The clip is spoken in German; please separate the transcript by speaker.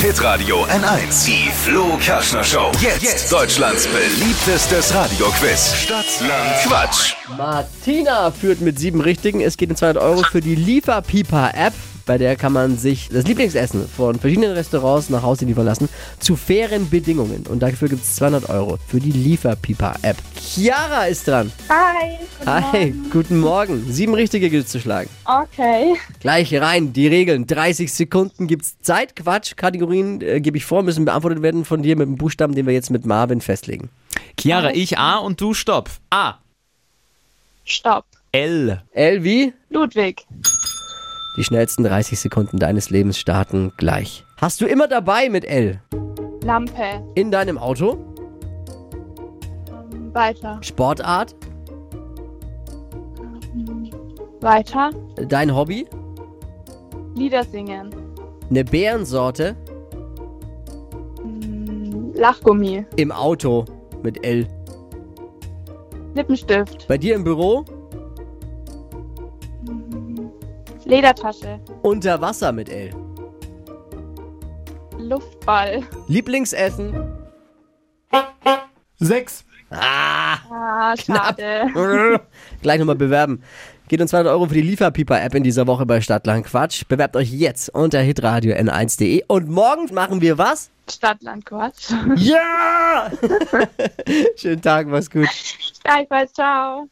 Speaker 1: Hitradio N1. Die Flo Kaschner Show. Jetzt, Deutschlands beliebtestes Radioquiz. Stadt, Land, Quatsch.
Speaker 2: Martina führt mit sieben Richtigen. Es geht um 200 Euro für die Lieferpipa-App. Bei der kann man sich das Lieblingsessen von verschiedenen Restaurants nach Hause liefern lassen. Zu fairen Bedingungen. Und dafür gibt es 200 Euro für die Lieferpipa-App. Chiara ist dran.
Speaker 3: Hi. guten
Speaker 2: Hi, guten Morgen. Sieben Richtige gilt zu schlagen.
Speaker 3: Morgen. Okay.
Speaker 2: Gleich rein, die Regeln. 30 Sekunden gibt's Zeit. Quatsch, Kategorien äh, gebe ich vor, müssen beantwortet werden von dir mit dem Buchstaben, den wir jetzt mit Marvin festlegen.
Speaker 4: Chiara, ich A und du Stopp. A.
Speaker 3: Stopp.
Speaker 4: L.
Speaker 2: L wie?
Speaker 3: Ludwig.
Speaker 2: Die schnellsten 30 Sekunden deines Lebens starten gleich. Hast du immer dabei mit L?
Speaker 3: Lampe.
Speaker 2: In deinem Auto?
Speaker 3: Weiter.
Speaker 2: Sportart?
Speaker 3: Weiter.
Speaker 2: Dein Hobby?
Speaker 3: Lieder singen.
Speaker 2: Eine Bärensorte?
Speaker 3: Hm, Lachgummi.
Speaker 2: Im Auto mit L.
Speaker 3: Lippenstift.
Speaker 2: Bei dir im Büro?
Speaker 3: Ledertasche.
Speaker 2: Unter Wasser mit L.
Speaker 3: Luftball.
Speaker 2: Lieblingsessen?
Speaker 4: Sechs.
Speaker 3: Ah, schade.
Speaker 2: Gleich nochmal bewerben. Geht uns 200 Euro für die Lieferpieper-App in dieser Woche bei Stadtland Quatsch. Bewerbt euch jetzt unter hitradio n1.de. Und morgen machen wir was?
Speaker 3: Stadtland Quatsch.
Speaker 2: Ja! Schönen Tag, mach's gut.
Speaker 3: Gleichfalls. Ciao.